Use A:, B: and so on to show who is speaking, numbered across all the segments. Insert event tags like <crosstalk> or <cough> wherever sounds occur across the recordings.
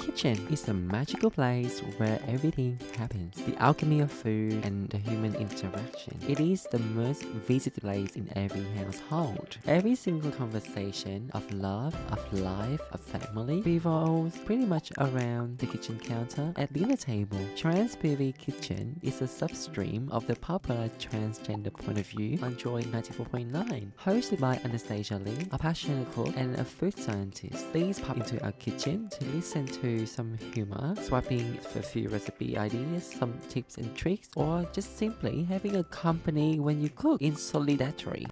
A: kitchen is a magical place where everything happens the alchemy of food and the human interaction. It is the most visited place in every household. Every single conversation of love, of life, of family revolves pretty much around the kitchen counter at dinner table. Trans PV Kitchen is a substream of the popular transgender point of view on Joy 94.9, hosted by Anastasia Lee, a passionate cook and a food scientist. Please pop into our kitchen to listen to some humor, swapping for a few recipe ideas, some tips and tricks, or just simply having a company when you cook in solidarity.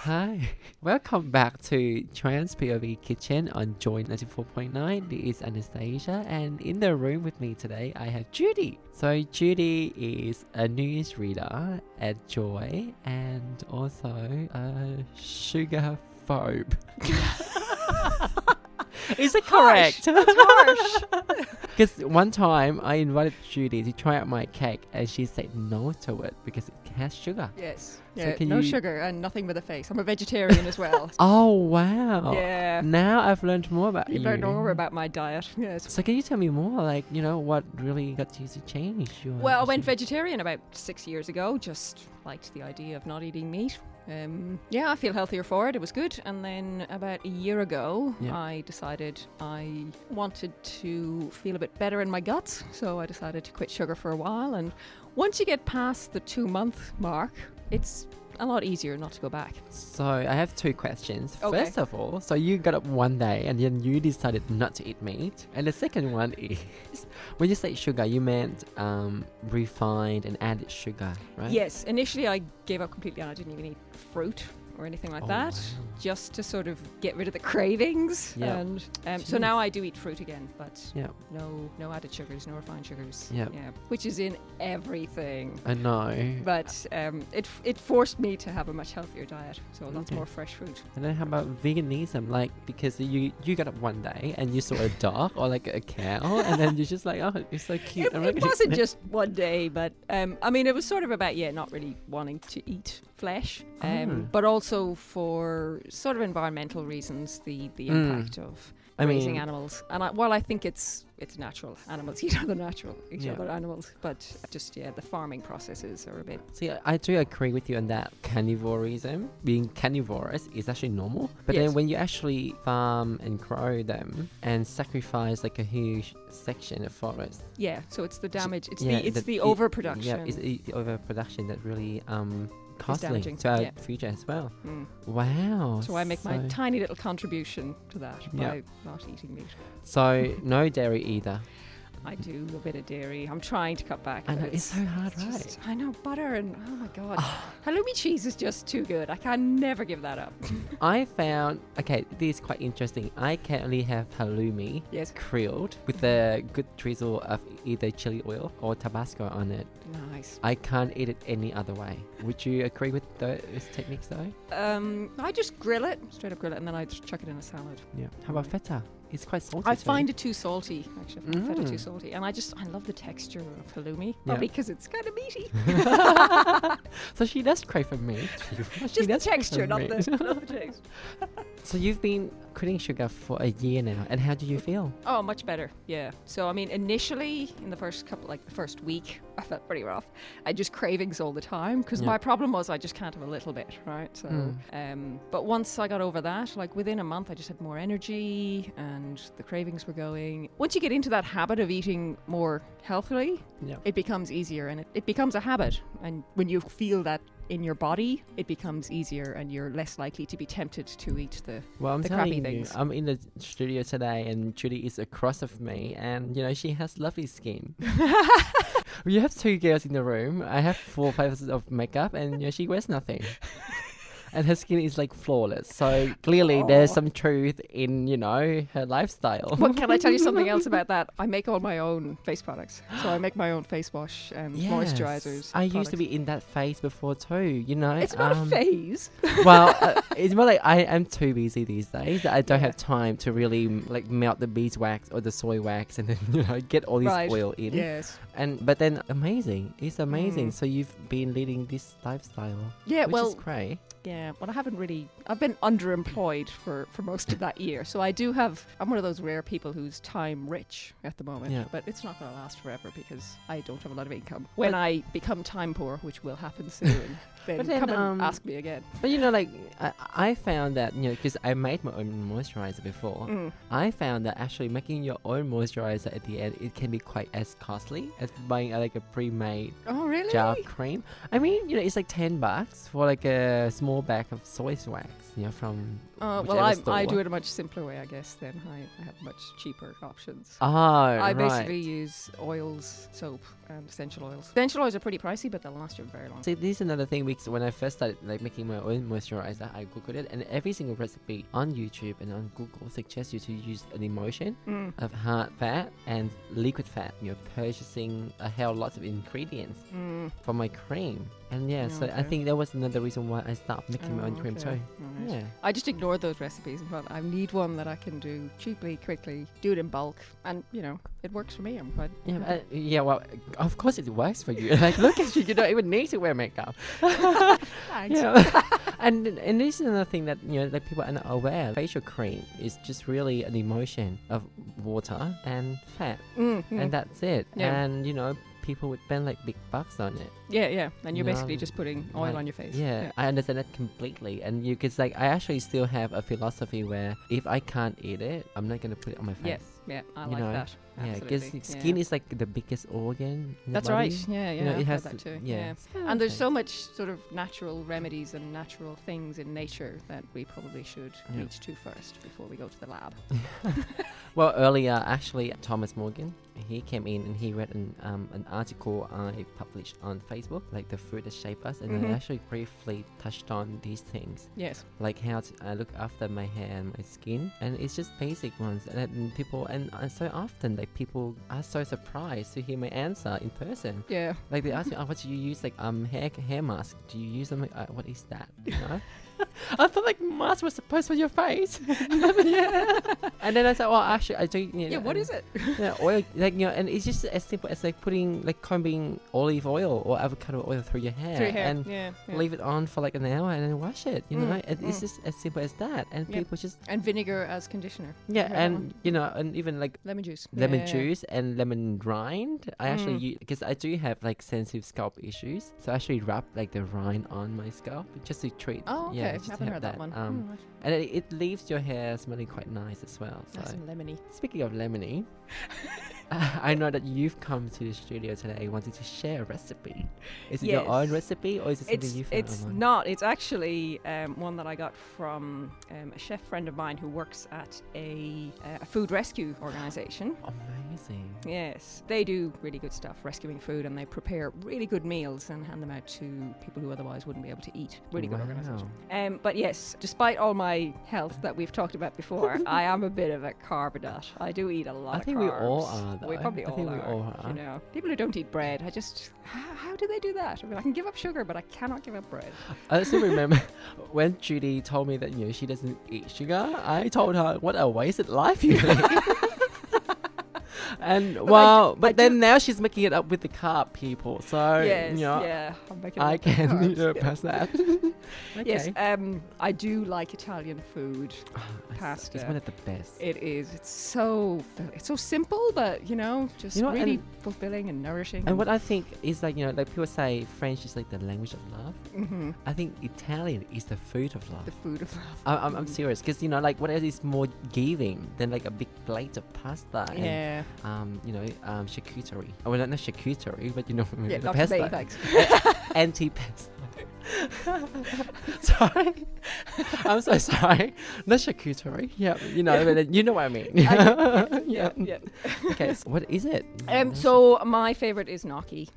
A: Hi, <laughs> welcome back to Trans POV Kitchen on Joy 94.9. This is Anastasia, and in the room with me today, I have Judy. So, Judy is a newsreader at Joy and also a sugar phobe. <laughs> is it correct? <laughs> Because one time I invited Judy to try out my cake, and she said no to it because it has sugar.
B: Yes.
A: So
B: Yeah,
A: can
B: no
A: you-
B: sugar and nothing with a face. I'm a vegetarian as well.
A: <laughs> Oh wow!
B: Yeah.
A: Now I've learned more about you.
B: You don't know about my diet. <laughs> Yes.
A: So can you tell me more, like you know, what really got you to change? Your
B: Well, I went
A: vegan.
B: vegetarian about six years ago. Just liked the idea of not eating meat. Um, yeah, I feel healthier for it. It was good. And then about a year ago,
A: Yeah.
B: I decided I wanted to feel a bit better in my guts. So I decided to quit sugar for a while. And once you get past the two month mark, it's a lot easier not to go back.
A: So I have two questions.
B: Okay.
A: First of all, so you got up one day and then you decided not to eat meat, and the second one <laughs> is when you say sugar, you meant um, refined and added sugar, right?
B: Yes, initially I gave up completely and I didn't even eat fruit or anything like
A: Oh,
B: that,
A: wow.
B: just to sort of get rid of the cravings.
A: Yeah.
B: And um, so now
A: Jeez.
B: I do eat fruit again, but
A: Yeah.
B: no, no added sugars, no refined sugars.
A: Yeah.
B: yeah, which is in everything.
A: I know.
B: But um, it f- it forced me to have a much healthier diet, so lots
A: Okay.
B: more fresh fruit.
A: And then how about veganism? Like because you you got up one day and you saw a dog or like a cow, and then you're just like, oh, it's so cute.
B: It,
A: I'm
B: it
A: gonna eat
B: wasn't just one day, but um, I mean, it was sort of about yeah, not really wanting to eat flesh, um,
A: Oh.
B: but also for sort of environmental reasons, the the
A: Mm.
B: impact of
A: I
B: raising
A: mean-
B: animals. And I, while I think it's it's natural, animals <laughs> eat other natural eat
A: Yeah.
B: other animals, but just yeah, the farming processes are a bit.
A: See, I- I do agree with you on that. Carnivorism, being carnivorous, is actually normal. But then
B: Yes.
A: when you actually farm and grow them and sacrifice like a huge section of forest,
B: Yeah, so it's the damage. It's
A: yeah,
B: the it's the,
A: it-
B: overproduction.
A: Yeah, it's the the overproduction that really um costly
B: damaging,
A: to our
B: yeah.
A: future as well.
B: Mm.
A: Wow.
B: So I make my
A: so-
B: tiny little contribution to that
A: Yeah.
B: by not eating meat.
A: So no dairy either.
B: I do a bit of dairy. I'm trying to cut back.
A: I know
B: but
A: it's so hard,
B: it's
A: right? Ah.
B: just- I know butter and oh my god, halloumi cheese is just too good. I can never give that up.
A: I found okay, this is quite interesting. I can only have halloumi
B: Yes,
A: grilled with a good drizzle of either chili oil or Tabasco on it.
B: nice.
A: I can't eat it any other way. Would you agree with those techniques though?
B: Um, I just grill it, straight up grill it, and then I just chuck it in a salad.
A: Yeah. How about feta? It's quite salty.
B: I
A: <laughs>
B: find it too salty, actually. I find feta too
A: Mm.
B: salty, and I just I love the texture of halloumi, probably because it's kind of meaty.
A: <laughs> so. She does crave for <laughs> meat.
B: just the texture, not
A: great.
B: the, not the taste.
A: So you've been quitting sugar for a year now, and how do you feel?
B: Oh, much better. Yeah. So I mean, initially in the first couple, like the first week, <laughs> I felt pretty rough. I just cravings all the time because
A: Yeah. Mm.
B: my problem was I just can't have a little bit, right? So, um, but once I got over that, like within a month, I just had more energy and the cravings were going. Once you get into that habit of eating more healthily,
A: Yeah.
B: it becomes easier and it, it becomes a habit. And when you feel that in your body, it becomes easier and you're less likely to be tempted to eat the.
A: Well, I'm
B: The crappy
A: telling you,
B: things.
A: I'm in the studio today, and Judy is across of me, and you know she has lovely
B: <laughs>
A: skin. you have two girls in the room. I have four pieces of makeup, and you know, she wears
B: <laughs>
A: nothing, and her skin is like flawless. So clearly, there's
B: Aw.
A: some truth in you know her lifestyle.
B: But can I tell you something else about that? I make all my own face products. So I make my own face wash
A: <gasps>
B: and
A: Yes.
B: moisturizers.
A: I used to
B: products.
A: be in that phase before too. You know,
B: It's not
A: um,
B: a phase.
A: well, uh,
B: <laughs>
A: it's more like I am too busy these days. that I don't
B: Yeah.
A: have time to really mm, like melt the beeswax or the soy wax and then <laughs> you know get all this
B: Right.
A: oil in.
B: Yes.
A: And but then amazing, it's amazing.
B: Mm.
A: So you've been leading this lifestyle,
B: Yeah.
A: which
B: well,
A: is great.
B: yeah, well, I haven't really. I've been underemployed for for most of that year, so I do have. I'm one of those rare people who's time rich at the moment,
A: Yeah.
B: but it's not going to last forever because I don't have a lot of income. When I become time poor, which will
A: <laughs>
B: happen soon, then,
A: But then,
B: come and
A: um,
B: ask me again.
A: But you know, like I, I found that you know because I made my own moisturizer before.
B: Mm.
A: I found that actually making your own moisturizer at the end it can be quite as costly as buying uh, like a pre-made
B: Oh, really?
A: gel cream. I mean, you know, it's like ten bucks for like a small bag of soy wax. You know, from
B: Uh, well,
A: whichever
B: I,
A: store.
B: I do it a much simpler way, I guess. Then I, I have much cheaper options.
A: Oh,
B: I
A: I
B: basically use oils, soap, and essential oils. Essential oils are pretty pricey, but they'll last you very long.
A: See, this is another thing because when I first started like making my own moisturizer, I googled it, and every single recipe on YouTube and on Google suggests you to use an emulsion
B: Mm,
A: of hard fat and liquid fat. You're purchasing a hell lots of ingredients
B: mm.
A: for my cream, and yeah, so I
B: Oh, Okay.
A: think that was another reason why I stopped making my
B: Oh,
A: own cream
B: okay.
A: too.
B: Alright.
A: Yeah.
B: I just ignored those recipes and thought I need one that I can do cheaply, quickly, do it in bulk, and you know it works for me. I'm quite
A: Yeah, but, uh, yeah. Well, of course it works for you. <laughs> Like, look at you. You don't even need to wear
B: <laughs>
A: makeup. <laughs>
B: Thanks. <laughs>
A: Yeah. and and this is another thing that you know that people are not aware. Facial cream is just really an emotion of water and fat,
B: Mm, mm.
A: and that's it.
B: Yeah.
A: And you know, people would spend like big bucks on it.
B: yeah, yeah. And you're
A: No,
B: basically just putting oil
A: like,
B: on your face.
A: Yeah, I understand that completely. And you could like, I actually still have a philosophy where if I can't eat it, I'm not gonna put it on my face.
B: Yes. Yeah. I
A: You
B: like
A: know,
B: that.
A: Yeah,
B: Absolutely.
A: because skin is like the biggest organ. In
B: That's
A: the body.
B: right. Yeah, yeah.
A: You know,
B: I've
A: it
B: heard
A: has
B: that too.
A: Yeah.
B: And there's so much sort of natural remedies and natural things in nature that we probably should
A: Yeah.
B: reach to first before we go to the lab.
A: Well, earlier, actually, Thomas Morgan, he came in and he read an, um, an article I published on Facebook, like the food that shaped us, and I
B: Mhm.
A: actually briefly touched on these things,
B: Yes.
A: like how to uh, look after my hair and my skin, and it's just basic ones. And, and people, and, and so often, like people are so surprised to hear my answer in person.
B: Yeah.
A: Like they ask me, "Oh, what do you use? Like um, hair hair mask? Do you use them? Like, uh, what is that? You know?" <laughs> I thought like mask was supposed for your face. <laughs> yeah. And then I said, "Well, actually, I do." You know,
B: Yeah. What
A: and-
B: is it?
A: yeah, oil, like you know, and it's just as simple as like putting like combing olive oil or avocado oil through your hair,
B: <laughs> Through hair.
A: and
B: yeah. yeah.
A: leave it on for like an hour and then wash it. You know,
B: Mm,
A: and it's
B: mm.
A: just as simple as that. And
B: Yep.
A: people just
B: And vinegar as conditioner.
A: yeah,
B: Right
A: and
B: on.
A: you know, and even like
B: Lemon juice.
A: lemon
B: Yeah.
A: juice and lemon rind. I actually
B: Mm.
A: use because I do have like sensitive scalp issues, so I actually wrap like the rind on my scalp just to treat.
B: Oh, okay.
A: yeah,
B: I
A: just
B: haven't
A: have
B: heard that, one.
A: Um,
B: Mm, right.
A: And it, it leaves your hair smelling quite nice as well. So.
B: Nice and lemony.
A: Speaking of
B: <laughs>
A: lemony, <laughs> uh, I know that you've come to the studio today wanting to share a recipe. Is it your own
B: Yes.
A: recipe or is it something
B: It's
A: you found
B: it's
A: online?
B: not. It's actually um, one that I got from um, a chef friend of mine who works at a, uh, a food rescue organization.
A: Amazing.
B: Yes, they do really good stuff rescuing food and they prepare really good meals and hand them out to people who otherwise wouldn't be able to eat. Really good organization. Um, but yes, despite all my health that we've talked
A: <laughs>
B: about before, I am a bit of a carbonat. I do eat a lot
A: I
B: of
A: think we
B: carbs.
A: all are, though.
B: We probably
A: I
B: all
A: think we
B: are.
A: all are.
B: You know, people who don't eat bread, I just how, how do they do that? I mean, I can give up sugar, but I cannot give up bread.
A: I still remember <laughs> when Judy told me that you know she doesn't eat sugar. I told her what a wasted life you
B: <laughs>
A: live. <laughs> and well, but then now she's making it up with the carb people. So
B: yes,
A: you know,
B: yeah, I'm making
A: Oh, I
B: up with
A: <laughs> can you
B: carbs.
A: know, pass
B: <laughs>
A: that. <sighs> okay.
B: Yes, um, I do like Italian food.
A: It's- It's
B: pasta.
A: one of the best.
B: It is. It's so it's so simple, but you know, just
A: You know,
B: really
A: and-
B: fulfilling and nourishing.
A: And what I think is like you know, like people say French is like the language of love.
B: hmm
A: I think Italian is the food of love.
B: the food of love.
A: I, I'm, I'm
B: Mhm.
A: serious because you know, like what else is more giving than like a big plate of pasta and
B: Yeah,
A: um, you know, um, charcuterie. Oh, well, not not charcuterie, but you know, <laughs> what I mean,
B: yeah,
A: the
B: not
A: pasta, <laughs>
B: today, thanks.
A: anti pasta. <laughs> sorry, <laughs> I'm so sorry. Not charcuterie. Yeah, you know, but you know what I mean.
B: <laughs> I
A: <laughs>
B: get-
A: yeah.
B: yeah.
A: Okay, so what is it?
B: Um,
A: That's
B: so my favorite is gnocchi.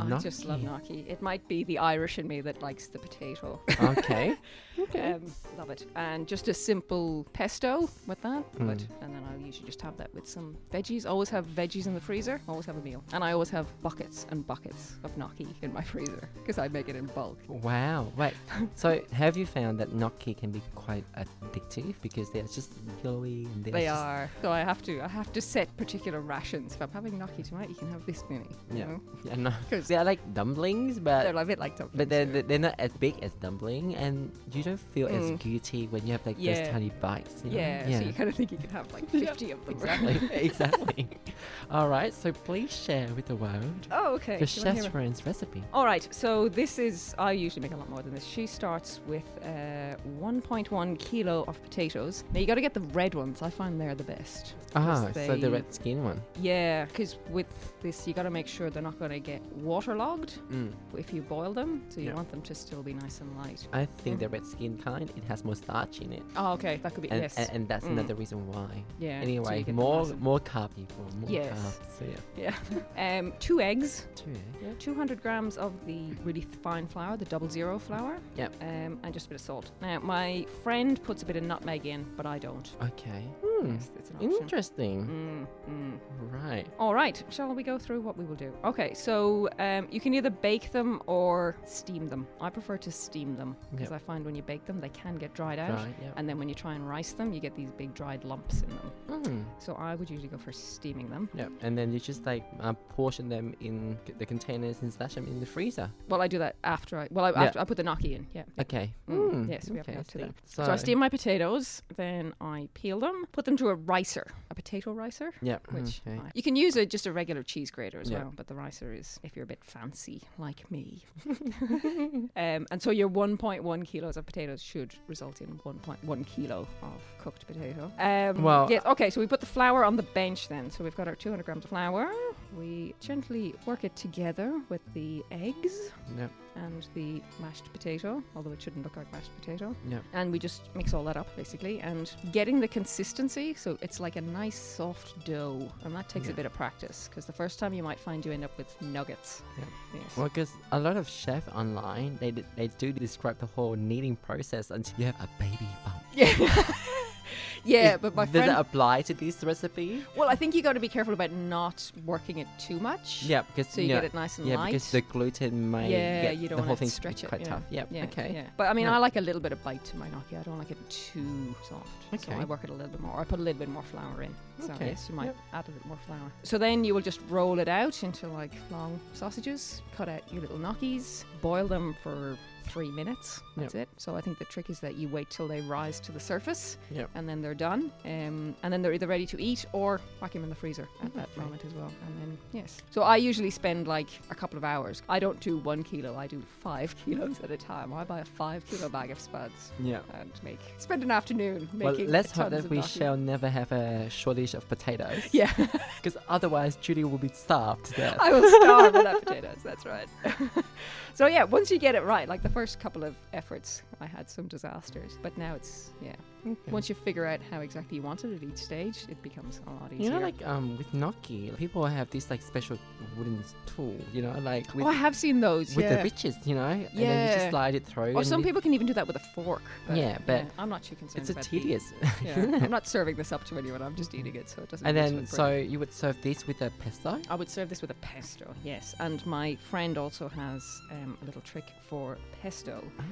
B: I
A: gnocchi.
B: just love gnocchi. It might be the Irish in me that likes the potato.
A: Okay. Okay.
B: <laughs> Um, love it. And just a simple pesto with that. But,
A: Mm.
B: and then I'll usually just have that with some veggies. Always have veggies in the freezer. Always have a meal. And I always have buckets and buckets of gnocchi in my freezer because I make it in bulk.
A: Wow. Right. so, have you found that gnocchi can be quite addictive because they're just yellowy and they're
B: They
A: just-
B: are. So I have to. I have to set particular rations. If I'm having gnocchi tonight, you can have this many.
A: Yeah.
B: You know?
A: <laughs> Yeah, no,
B: 'Cause-
A: they are like dumplings, but
B: they're a bit like dumplings.
A: but they're,
B: yeah.
A: they're they're not as big as dumpling, and you don't feel as
B: Mm.
A: guilty when you have like those
B: Yeah.
A: tiny bites. You know?
B: yeah, So
A: <laughs>
B: you kind of think you can have like 50 of them.
A: exactly, <laughs> exactly. All right, so please share with the world
B: Oh, okay.
A: the
B: Do you wanna hear
A: chef's friend's recipe.
B: All right, so this is, I usually make a lot more than this. She starts with uh, 1.1 kilo of potatoes. Now, you got to get the red ones. I find they're the best.
A: Ah, so
B: they-
A: the red skin one.
B: Yeah, because with this, you got to make sure they're not going to get waterlogged if you boil them. So you
A: Yeah.
B: want them to still be nice and light.
A: I think the
B: Mm.
A: red skin kind it has more starch in it,
B: Oh, okay. That could be,
A: and
B: yes.
A: and, and that's
B: Mm.
A: another reason why.
B: yeah. so
A: anyway,
B: you get them
A: more
B: nice and-
A: more carb people, more
B: Yes.
A: carbs. So yeah,
B: Um, two eggs.
A: two. eh?
B: 200 grams of the really fine flour, the double zero flour.
A: Yep.
B: Um, and just a bit of salt. Now, my friend puts a bit of nutmeg in, but I don't.
A: Okay. Hmm.
B: Yes, it's an option.
A: Interesting.
B: Mm, mm.
A: Right.
B: All right, shall we go through what we will do? Okay, so um, you can either bake them or steam them. I prefer to steam them because
A: Yep.
B: I find when you bake them, they can get dried out.
A: Right. Yeah.
B: And then when you try and rice them, you get these big dried lumps in them.
A: Mm.
B: So I would usually go for steaming them.
A: Yeah, and then you just like uh, portion them in c- the containers and stash them in the freezer.
B: Well, I do that after I well, I,
A: Yeah.
B: after I put the gnocchi in. Yeah.
A: Okay.
B: Mm,
A: Mm,
B: yes, we have enough to
A: see.
B: that.
A: So,
B: So I steam my potatoes, then I peel them, put them to a ricer, a potato ricer,
A: Yeah.
B: which
A: Oh, mm, okay.
B: I- you can use a, just a regular cheese grater as
A: Yeah.
B: well, but the ricer is if you're a bit fancy like me. <laughs> um, and so your 1.1 kilos of potatoes should result in 1.1 kilo of cooked potato. Um,
A: Well-
B: yes, okay, so we put the flour on the bench then. So we've got our 200 grams of flour. We gently work it together with the eggs
A: Yep.
B: and the mashed potato, although it shouldn't look like mashed potato.
A: Yep.
B: And we just mix all that up basically and getting the consistency so it's like a nice soft dough. And that takes
A: Yeah.
B: a bit of practice because the first time you might find you end up with nuggets.
A: Yeah.
B: Yes.
A: Well, because a lot of chefs online, they d- they do describe the whole kneading process until you have a baby bump.
B: Yeah. <laughs> yeah,
A: Is-
B: but my
A: does
B: friend.
A: that apply to this recipe?
B: well, I think you got to be careful about not working it too much.
A: Yeah, because
B: So you
A: yeah,
B: get it nice and
A: yeah,
B: light.
A: because the gluten may
B: Yeah,
A: get
B: you don't
A: the whole
B: wanna
A: thing
B: stretch it,
A: quite
B: yeah.
A: tough. Yeah.
B: Yeah,
A: okay.
B: yeah. But I mean,
A: Yeah.
B: I like a little bit of bite to my gnocchi. I don't like it too soft. So
A: Okay.
B: I work it a little bit more. I put a little bit more flour in. So
A: Okay,
B: yes, you might
A: yep.
B: add a bit more flour. So then you will just roll it out into like long sausages. Cut out your little gnocchis. Boil them for three minutes. That's it. So I think the trick is that you wait till they rise to the surface,
A: Yep.
B: and then they're done. Um, and then they're either ready to eat or whack them in the freezer at that
A: Okay.
B: moment as well. And then yes. So I usually spend like a couple of hours. I don't do one kilo. I do five <laughs> kilos at a time. I buy a five kilo bag of spuds
A: Yeah.
B: and make spend an afternoon
A: Well,
B: making.
A: let's hope
B: tons
A: that
B: of
A: we
B: gnocchi.
A: shall never have a shortage of potatoes. <laughs>
B: <laughs> Yeah,
A: Because otherwise, Judy will be starved to death.
B: I will starve without potatoes. That's right. <laughs> so yeah, once you get it right, like the first couple of efforts, I had some disasters, but now it's yeah.
A: Okay.
B: Once you figure out how exactly you want it at each stage, it becomes a lot easier.
A: You know, like um, with gnocchi, people have this like special wooden tool. You know, like with,
B: oh, I have seen those.
A: with
B: yeah.
A: the ridges. You know, and then you just
B: Yeah.
A: slide it through.
B: Or
A: and
B: some
A: it-
B: people can even do that with a fork.
A: Yeah, but
B: I'm not too concerned.
A: it's a
B: about the-
A: tedious. <laughs>
B: Yeah, I'm not serving this up to anyone. I'm just eating it, so it doesn't.
A: and
B: taste
A: then
B: like
A: so
B: bread.
A: you would serve this with a pesto.
B: I would serve this with a pesto. Yes, and my friend also has um, a little trick for pesto.
A: Oh,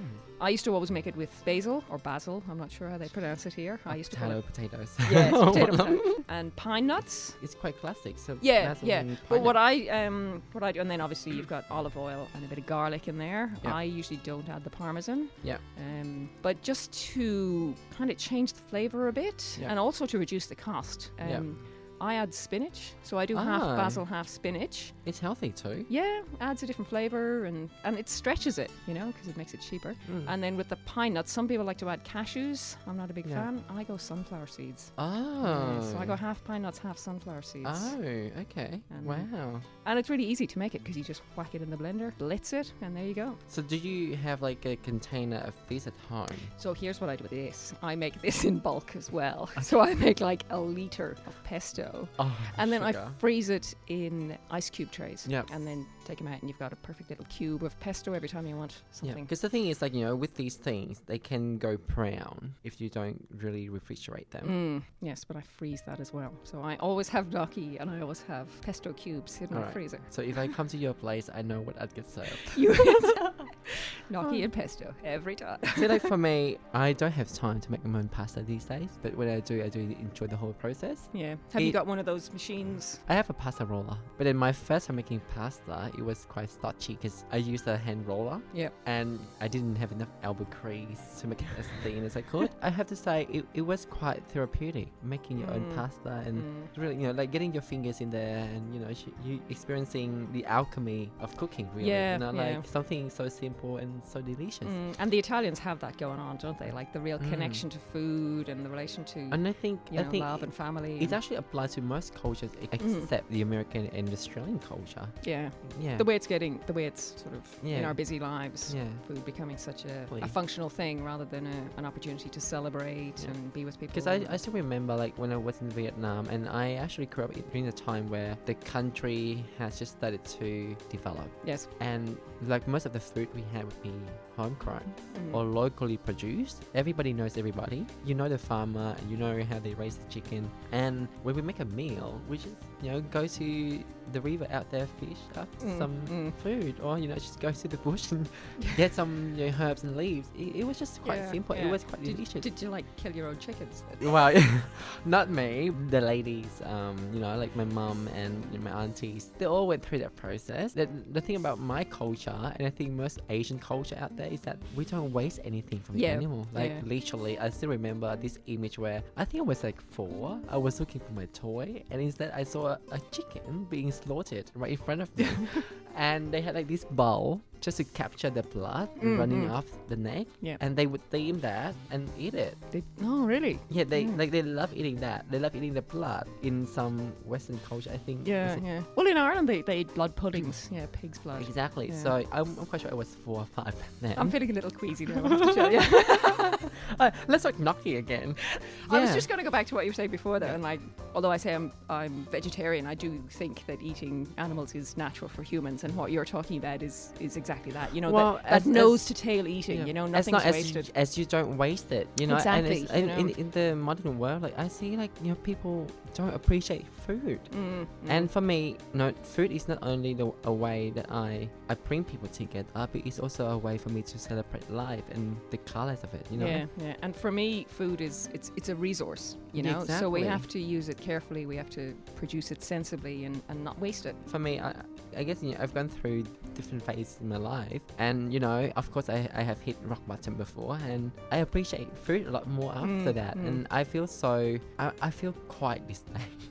B: I used to always make it with basil or basil. I'm not sure how they pronounce it here. <laughs> I used to call
A: potato
B: it
A: potatoes. <laughs>
B: yes, potato, potato. and pine nuts.
A: It's quite classic. So
B: Yeah,
A: that's
B: yeah.
A: when
B: But
A: pine-
B: what I um, what I do, and then obviously you've got olive oil and a bit of garlic in there.
A: Yeah.
B: I usually don't add the parmesan.
A: Yeah.
B: Um, but just to kind of change the flavor a bit,
A: Yeah.
B: and also to reduce the cost. Um,
A: Yeah.
B: I add spinach, so I do half
A: Ah.
B: basil, half spinach.
A: it's healthy too.
B: Yeah, adds a different flavor and and it stretches it, you know, because it makes it cheaper.
A: Mm.
B: And then with the pine nuts, some people like to add cashews. I'm not a big
A: Yeah.
B: fan. I go sunflower seeds.
A: oh.
B: Yeah, so I go half pine nuts, half sunflower seeds.
A: Oh, okay.
B: And-
A: Wow.
B: And it's really easy to make it because you just whack it in the blender, blitz it, and there you go.
A: So do you have like a container of these at home?
B: So <laughs> here's what I do with this I make this in bulk as well. So I make like a liter of pesto go.
A: Oh,
B: And then
A: sugar.
B: I freeze it in ice cube trays.
A: Yep.
B: And then take them out, and you've got a perfect little cube of pesto every time you want
A: Yeah,
B: something.
A: because the thing is, like you know, with these things, they can go brown if you don't really refrigerate them.
B: Mm, yes, but I freeze that as well. So I always have gnocchi and I always have pesto cubes in my
A: Alright.
B: freezer.
A: So if I come to your place, I know what I'd get served.
B: <laughs> You gnocchi and pesto every time.
A: See, like for me, I don't have time to make my own pasta these days, but when I do, I do enjoy the whole process.
B: Yeah. Have you
A: It-
B: got one of those machines?
A: I have a pasta roller, but in my first time making pasta, it was quite starchy because I used a hand roller.
B: Yep.
A: And I didn't have enough elbow crease to make it as thin as I
B: <laughs>
A: could. I have to say, it, it was quite therapeutic making your own
B: Mm.
A: pasta and
B: Mm.
A: It's really, you know, like getting your fingers in there and, you know, sh- you experiencing the alchemy of cooking, really.
B: Yeah,
A: you know,
B: yeah.
A: like something so simple and so delicious.
B: Mm, And the Italians have that going on, don't they? Like the real
A: Mm.
B: connection to food and the relation to
A: And I think,
B: you
A: I
B: know,
A: think
B: love and Mm. family.
A: it
B: and-
A: actually applies to most cultures e- except the American and Australian culture.
B: yeah.
A: Yeah.
B: The way it's getting, the way it's sort of in
A: Yeah.
B: our busy lives.
A: yeah.
B: Food becoming such a,
A: Please.
B: a functional thing rather than a, an opportunity to celebrate
A: Yeah.
B: and be with people.
A: Because I,
B: and-
A: I still remember like when I was in Vietnam and I actually grew up during a time where the country has just started to develop
B: yes.
A: and like most of the food we had would be homegrown.
B: Mm.
A: or locally produced. Everybody knows everybody. You know the farmer, and you know how they raise the chicken. And when we make a meal, we just you know go to the river out there, fish up
B: Mm,
A: some
B: mm.
A: food, or you know just go to the bush
B: <laughs>
A: and get some you know, herbs and leaves. It, it was just quite
B: Yeah,
A: simple.
B: yeah.
A: It was quite
B: Did,
A: delicious.
B: did you like kill your own chickens? then?
A: well, <laughs> not me. The ladies, um, you know, like my mum and my aunties, they all went through that process. The, the thing about my culture, and I think most Asian culture out there, is that we don't waste anything from
B: Yeah,
A: the animal. Like
B: yeah.
A: literally, I still remember this image where I think I was like four. I was looking for my toy, and instead I saw a, a chicken being slaughtered right in front of
B: <laughs>
A: me, and they had like this bowl just to capture the blood
B: Mm,
A: running
B: mm.
A: off the neck,
B: Yeah.
A: and they would steam that and eat it.
B: They, no, really.
A: Yeah, they
B: Yeah.
A: like they love eating that. They love eating the blood in some Western culture. I think.
B: Yeah,
A: is it- Mm.
B: yeah. Well, in Ireland, they, they eat blood puddings. Yeah, pig's blood.
A: Exactly.
B: Yeah.
A: So I'm, I'm quite sure it was four or five then.
B: I'm feeling a little queasy now. I
A: <laughs>
B: have to tell you.
A: Uh, let's talk gnocchi again.
B: I was
A: Yeah.
B: just going to go back to what you were saying before, though, and like, although I say I'm I'm vegetarian, I do think that eating animals is natural for humans, and what you're talking about is is exactly that. You know,
A: Well,
B: that,
A: as-
B: that nose
A: as-
B: to tail eating.
A: Yeah.
B: You know,
A: As
B: nothing's
A: long as
B: wasted.
A: You, as you don't waste it, you know. And
B: Exactly,
A: it's,
B: you
A: and in,
B: know.
A: in the modern world, like I see, like you know, people don't appreciate food.
B: Mm, mm.
A: And for me, no, food is not only the, a way that I, I bring people together, but it's also a way for me to celebrate life and the colors of it. You know,
B: yeah, yeah. And for me, food is it's it's a resource. You
A: Yeah,
B: know, so we
A: exactly.
B: have to use it carefully. We have to produce it sensibly and, and not waste it.
A: for me, I, I guess you know, I've gone through different phases in my life, and you know, of course, I, I have hit rock bottom before, and I appreciate food a lot more after
B: Mm,
A: that,
B: mm.
A: and I feel so, I, I feel quite this day. <laughs>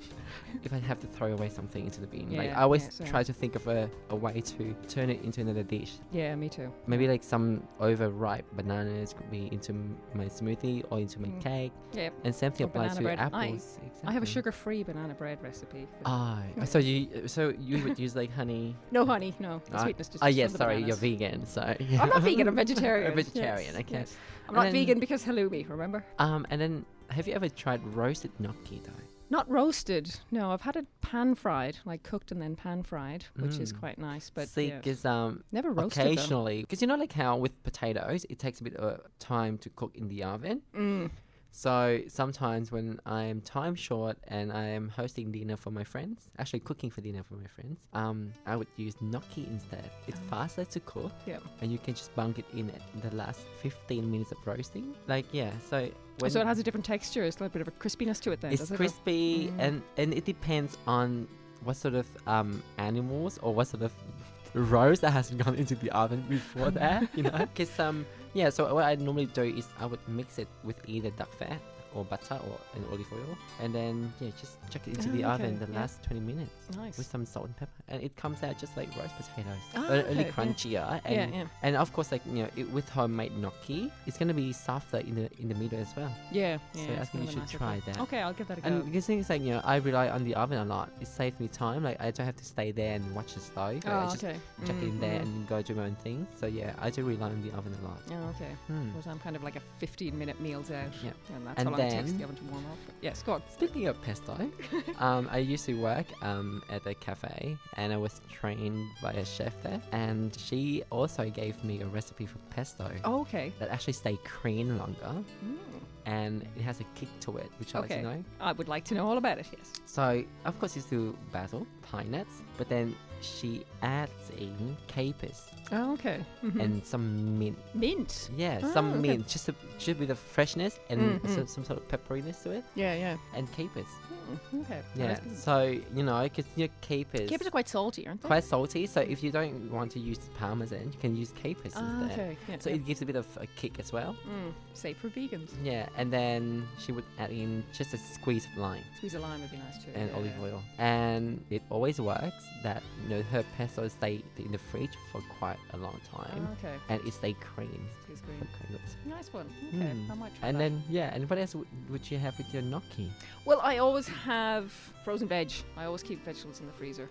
A: If I have to throw away something into the bin, like
B: Yeah,
A: I always
B: yeah, same.
A: try to think of a, a way to turn it into another dish.
B: Yeah, me too.
A: Maybe like some overripe bananas could be into m- my smoothie or into my
B: Mm.
A: cake,
B: Yeah,
A: and same thing
B: Or
A: applies to
B: banana bread. I-
A: apples.
B: I have a
A: exactly.
B: sugar-free banana bread recipe.
A: Mm-hmm. Ah, so you so you would use like honey
B: No honey, no. The
A: Ah,
B: sweetness just
A: Oh
B: just
A: yeah,
B: from the
A: sorry,
B: bananas.
A: you're vegan, so <laughs>
B: I'm not vegan. I'm vegetarian.
A: A vegetarian, okay.
B: I'm
A: And
B: not
A: then-
B: vegan because <laughs> halloumi. Remember?
A: Um, and then have you ever tried roasted gnocchi though?
B: Not roasted. No, I've had it pan fried, like cooked and then pan fried, which is
A: Mm.
B: quite nice. But
A: See,
B: yeah.
A: because um,
B: never roasted them.
A: occasionally, because you know like how with potatoes, it takes a bit of time to cook in the oven.
B: Mm.
A: So sometimes when I'm time short and I am hosting dinner for my friends, actually cooking for dinner for my friends, um, I would use gnocchi instead. It's
B: Ah.
A: faster to cook,
B: Yeah.
A: and you can just bunk it in at the last 15 minutes of roasting. Like yeah, so when
B: So it has a different texture. It's a little bit of a crispiness to it. Then
A: it's
B: does it?
A: crispy
B: Mm.
A: and and it depends on what sort of um animals or what sort of roast that has gone into the oven
B: <laughs>
A: before that you know because um yeah so what i normally do is i would mix it with either duck fat or butter or an olive oil and then yeah just chuck it into
B: Oh,
A: the oven
B: okay,
A: the
B: yeah.
A: last 20 minutes
B: Oh, nice.
A: with some salt and pepper and it comes out just like roast potatoes
B: Ah,
A: uh, only
B: okay, yeah.
A: crunchier and
B: yeah, yeah,
A: and of course like you know it, with homemade gnocchi it's going to be softer in the in the middle as well
B: yeah, yeah.
A: so
B: it's
A: I
B: kind
A: think you
B: of a
A: should
B: nicer
A: try
B: thing.
A: that
B: Okay, I'll give that a go.
A: and the thing is, like, you know, I rely on the oven a lot. It saves me time. Like, I don't have to stay there and watch the stove. Like, I
B: oh,
A: just
B: okay.
A: chuck it in there
B: Mm, mm.
A: and go do my own thing. So, yeah, I do rely on the oven a lot.
B: Oh, okay.
A: Hmm.
B: Whereas I'm kind of like a 15 minute meals out,
A: Yeah.
B: and that's
A: And
B: all it takes
A: then-
B: the oven to warm up. But yes, go on.
A: Speaking of
B: <laughs>
A: pesto, um, I used to work um, at a cafe and I was trained by a chef there, and she also gave me a recipe for pesto
B: Oh, okay.
A: that actually stay cream longer
B: Mm.
A: and it has a kick to it, which I like to
B: Okay.
A: know.
B: I would like to know all about it. Yes.
A: So, of course, you still basil, pine nuts, but then she adds in capers
B: Oh, okay. Mhm.
A: and some mint.
B: mint.
A: Yeah,
B: Ah,
A: some
B: okay.
A: mint, just a just with a freshness and
B: Mm,
A: some,
B: mm.
A: some sort of pepperiness to it,
B: Yeah, yeah.
A: and capers.
B: Mm, okay.
A: Yeah. So you know, because your capers.
B: Capers are quite salty, aren't they?
A: quite salty. So if you don't want to use parmesan, you can use capers
B: Ah,
A: instead.
B: okay. Yeah,
A: So
B: yeah.
A: it gives a bit of a kick as well.
B: Mm, safe for vegans.
A: Yeah, and then she would add in just a squeeze of lime
B: Squeeze a lime would be nice too.
A: and
B: yeah.
A: olive oil, and it always works. That you know her pesto stay in the fridge for quite a long time,
B: Ah, okay.
A: and it stay cream.
B: Squeeze
A: for
B: green.
A: cream lots.
B: Nice one. Okay,
A: Mm.
B: I might try
A: And
B: that.
A: then yeah, and what else w- would you have with your gnocchi?
B: Well, I always have frozen veg. I always keep vegetables in the freezer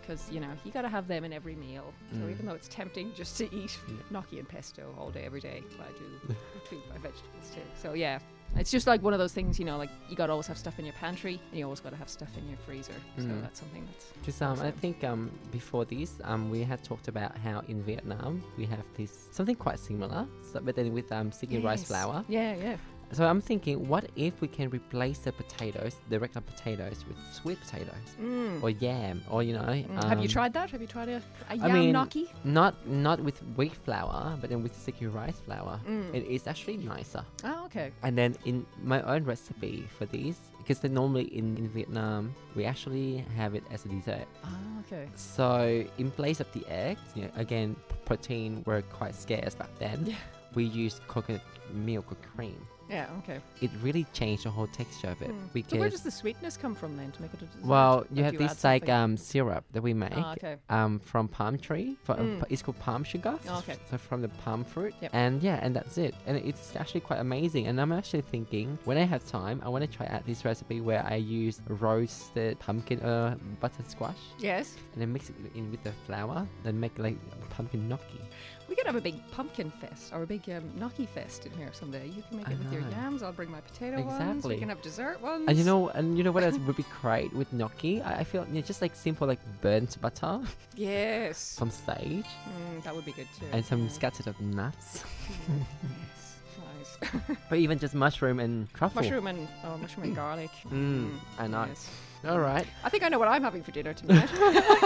B: because you know you got to have them in every meal. So
A: Mm-hmm. Mm.
B: even though it's tempting just to eat
A: Yeah.
B: gnocchi and pesto all day every day, but I do include my vegetables too. So yeah, it's just like one of those things you know, like you got to always have stuff in your pantry and you always got to have stuff in your freezer. So
A: Mm.
B: that's something that's
A: Just um, I
B: Awesome.
A: think um before this um we had talked about how in Vietnam we have this something quite similar, so, but then with um sticky rice
B: Yes.
A: flour.
B: Yeah, yeah.
A: So I'm thinking, what if we can replace the potatoes, the regular potatoes, with sweet potatoes
B: Mm.
A: or yam, or you know?
B: Mm. have you
A: Oh, um,
B: tried that? Have you tried a, a
A: I
B: yam
A: mean,
B: gnocchi?
A: Not not with wheat flour, but then with sticky rice flour.
B: Mm.
A: It is actually nicer.
B: oh, okay.
A: And then in my own recipe for these, because then normally in, in Vietnam we actually have it as a dessert.
B: Ah, okay.
A: So in place of the eggs, you know, again p- protein were quite scarce back then.
B: Yeah.
A: We used coconut milk or cream.
B: Yeah, okay.
A: It really changed the whole texture of it
B: Mm.
A: because.
B: so where does the sweetness come from then to make it a dessert?
A: Well, you
B: Like,
A: have
B: you add
A: this like
B: something?
A: um, syrup that we make
B: Ah, okay.
A: um, from palm tree. For,
B: Mm.
A: It's called palm sugar.
B: Oh, okay.
A: So from the palm fruit.
B: Yep.
A: And yeah, and that's it. And it's actually quite amazing. And I'm actually thinking when I have time, I want to try out this recipe where I use roasted pumpkin or uh, butter squash
B: Yes.
A: and then mix it in with the flour, then make like pumpkin gnocchi.
B: We could have a big pumpkin fest or a big um, gnocchi fest in here someday. You can make it with your
A: Uh-huh.
B: yams. I'll bring my potato ones. We
A: Exactly.
B: can have dessert ones.
A: And you know, and you know what else would be great with gnocchi? I, I feel you know, just like simple like burnt butter,
B: Yes.
A: some sage,
B: Mm, that would be good too.
A: and some
B: yeah.
A: scattered of nuts. <laughs>
B: Mm, yes. Nice.
A: Or even just mushroom and truffle.
B: <laughs> mushroom and oh, mushroom and garlic.
A: Mm, I know.
B: yes.
A: All right.
B: I think I know what I'm having for dinner tonight. <laughs>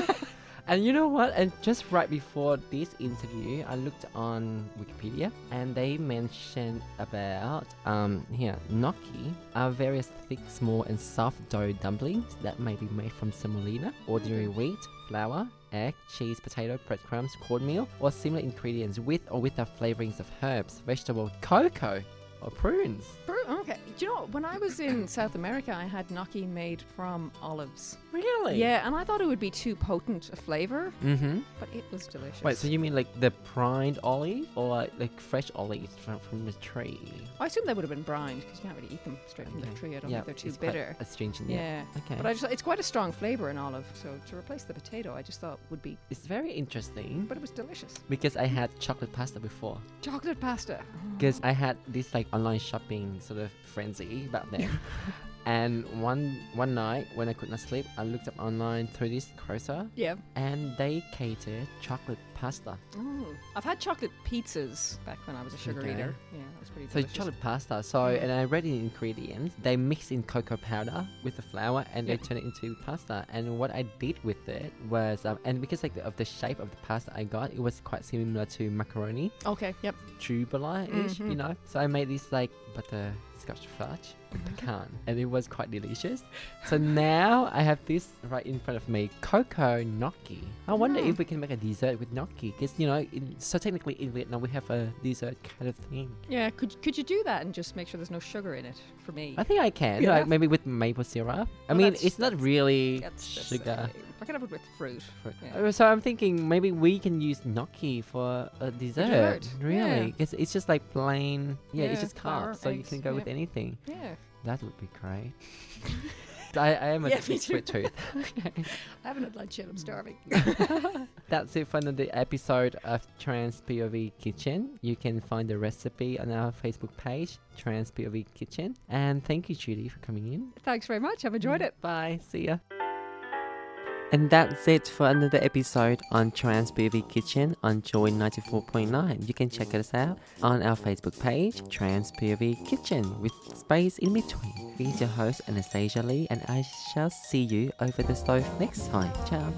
A: And you know what? And just right before this interview, I looked on Wikipedia and they mentioned about, um, here, gnocchi are various thick, small, and soft dough dumplings that may be made from semolina, ordinary wheat, flour, egg, cheese, potato, breadcrumbs, cornmeal, or similar ingredients with or without flavorings of herbs, vegetable, cocoa, or prunes.
B: Bru- oh, okay. Do you know what? when I was
A: <coughs>
B: in South America, I had gnocchi made from olives.
A: Really?
B: Yeah, and I thought it would be too potent a flavor,
A: Mm hmm.
B: but it was delicious.
A: Wait, so you mean like the brined olive or like fresh olives from, from the tree?
B: I assume they would have been brined because you can't really eat them straight from the
A: Okay.
B: tree. I don't
A: Yeah,
B: think they're too
A: it's quite
B: bitter.
A: astringent, yeah.
B: Yeah.
A: Okay.
B: But I just, it's quite a strong flavor in olive, so to replace the potato, I just thought would be.
A: it's very interesting
B: But it was delicious.
A: because I had chocolate pasta before.
B: Chocolate pasta.
A: Because I had this like online shopping sort of frenzy back
B: <laughs>
A: then. and one one night when I could not sleep, I looked up online through this grocer
B: Yeah.
A: and they catered chocolate pasta.
B: Mm. I've had chocolate pizzas back when I was a sugar
A: Okay.
B: eater. Yeah, that was pretty
A: So
B: delicious. Mm.
A: chocolate pasta. So and I read the ingredients. They mix in cocoa powder with the flour and
B: Yeah.
A: they turn it into pasta. And what I did with it was, um, and because like of the shape of the pasta I got, it was quite similar to macaroni,
B: Okay. Yep.
A: tubular-ish, you
B: Mhm.
A: know. So I made this like butter scotch fudge with
B: Mm-hmm.
A: pecan, and it was quite delicious. So
B: <laughs>
A: now I have this right in front of me, cocoa gnocchi. I wonder
B: Mm.
A: if we can make a dessert with gnocchi, because you know, in, so technically in Vietnam we have a dessert kind of thing.
B: Yeah. Could could you do that and just make sure there's no sugar in it for me?
A: I think I can.
B: Yeah.
A: Like maybe with maple syrup. I
B: Well,
A: mean,
B: that's-
A: it's not really
B: That's the
A: sugar.
B: same. I could have it with fruit.
A: fruit.
B: yeah.
A: Uh, So I'm thinking maybe we can use gnocchi for a dessert.
B: dessert,
A: Really, because it's just like plain. Yeah,
B: Yeah,
A: it's just
B: flour,
A: carbs, so you
B: eggs,
A: can go
B: yeah.
A: with anything.
B: <laughs> Yeah.
A: That would be great. I, I am a
B: Yeah, me
A: sweet,
B: too.
A: sweet
B: <laughs>
A: tooth.
C: I haven't had lunch yet. I'm starving.
A: <laughs> That's it for another episode of Trans POV Kitchen. You can find the recipe on our Facebook page, Trans POV Kitchen. And thank you, Judy, for coming in.
C: Thanks very much. I've
A: Mm.
C: enjoyed it.
A: Bye. See ya. And that's it for another episode on Trans Baby Kitchen on Joy 94.9. You can check us out on our Facebook page, Trans POV Kitchen, with space in between. Here's your host, Anastasia Lee, and I shall see you over the stove next time. Ciao.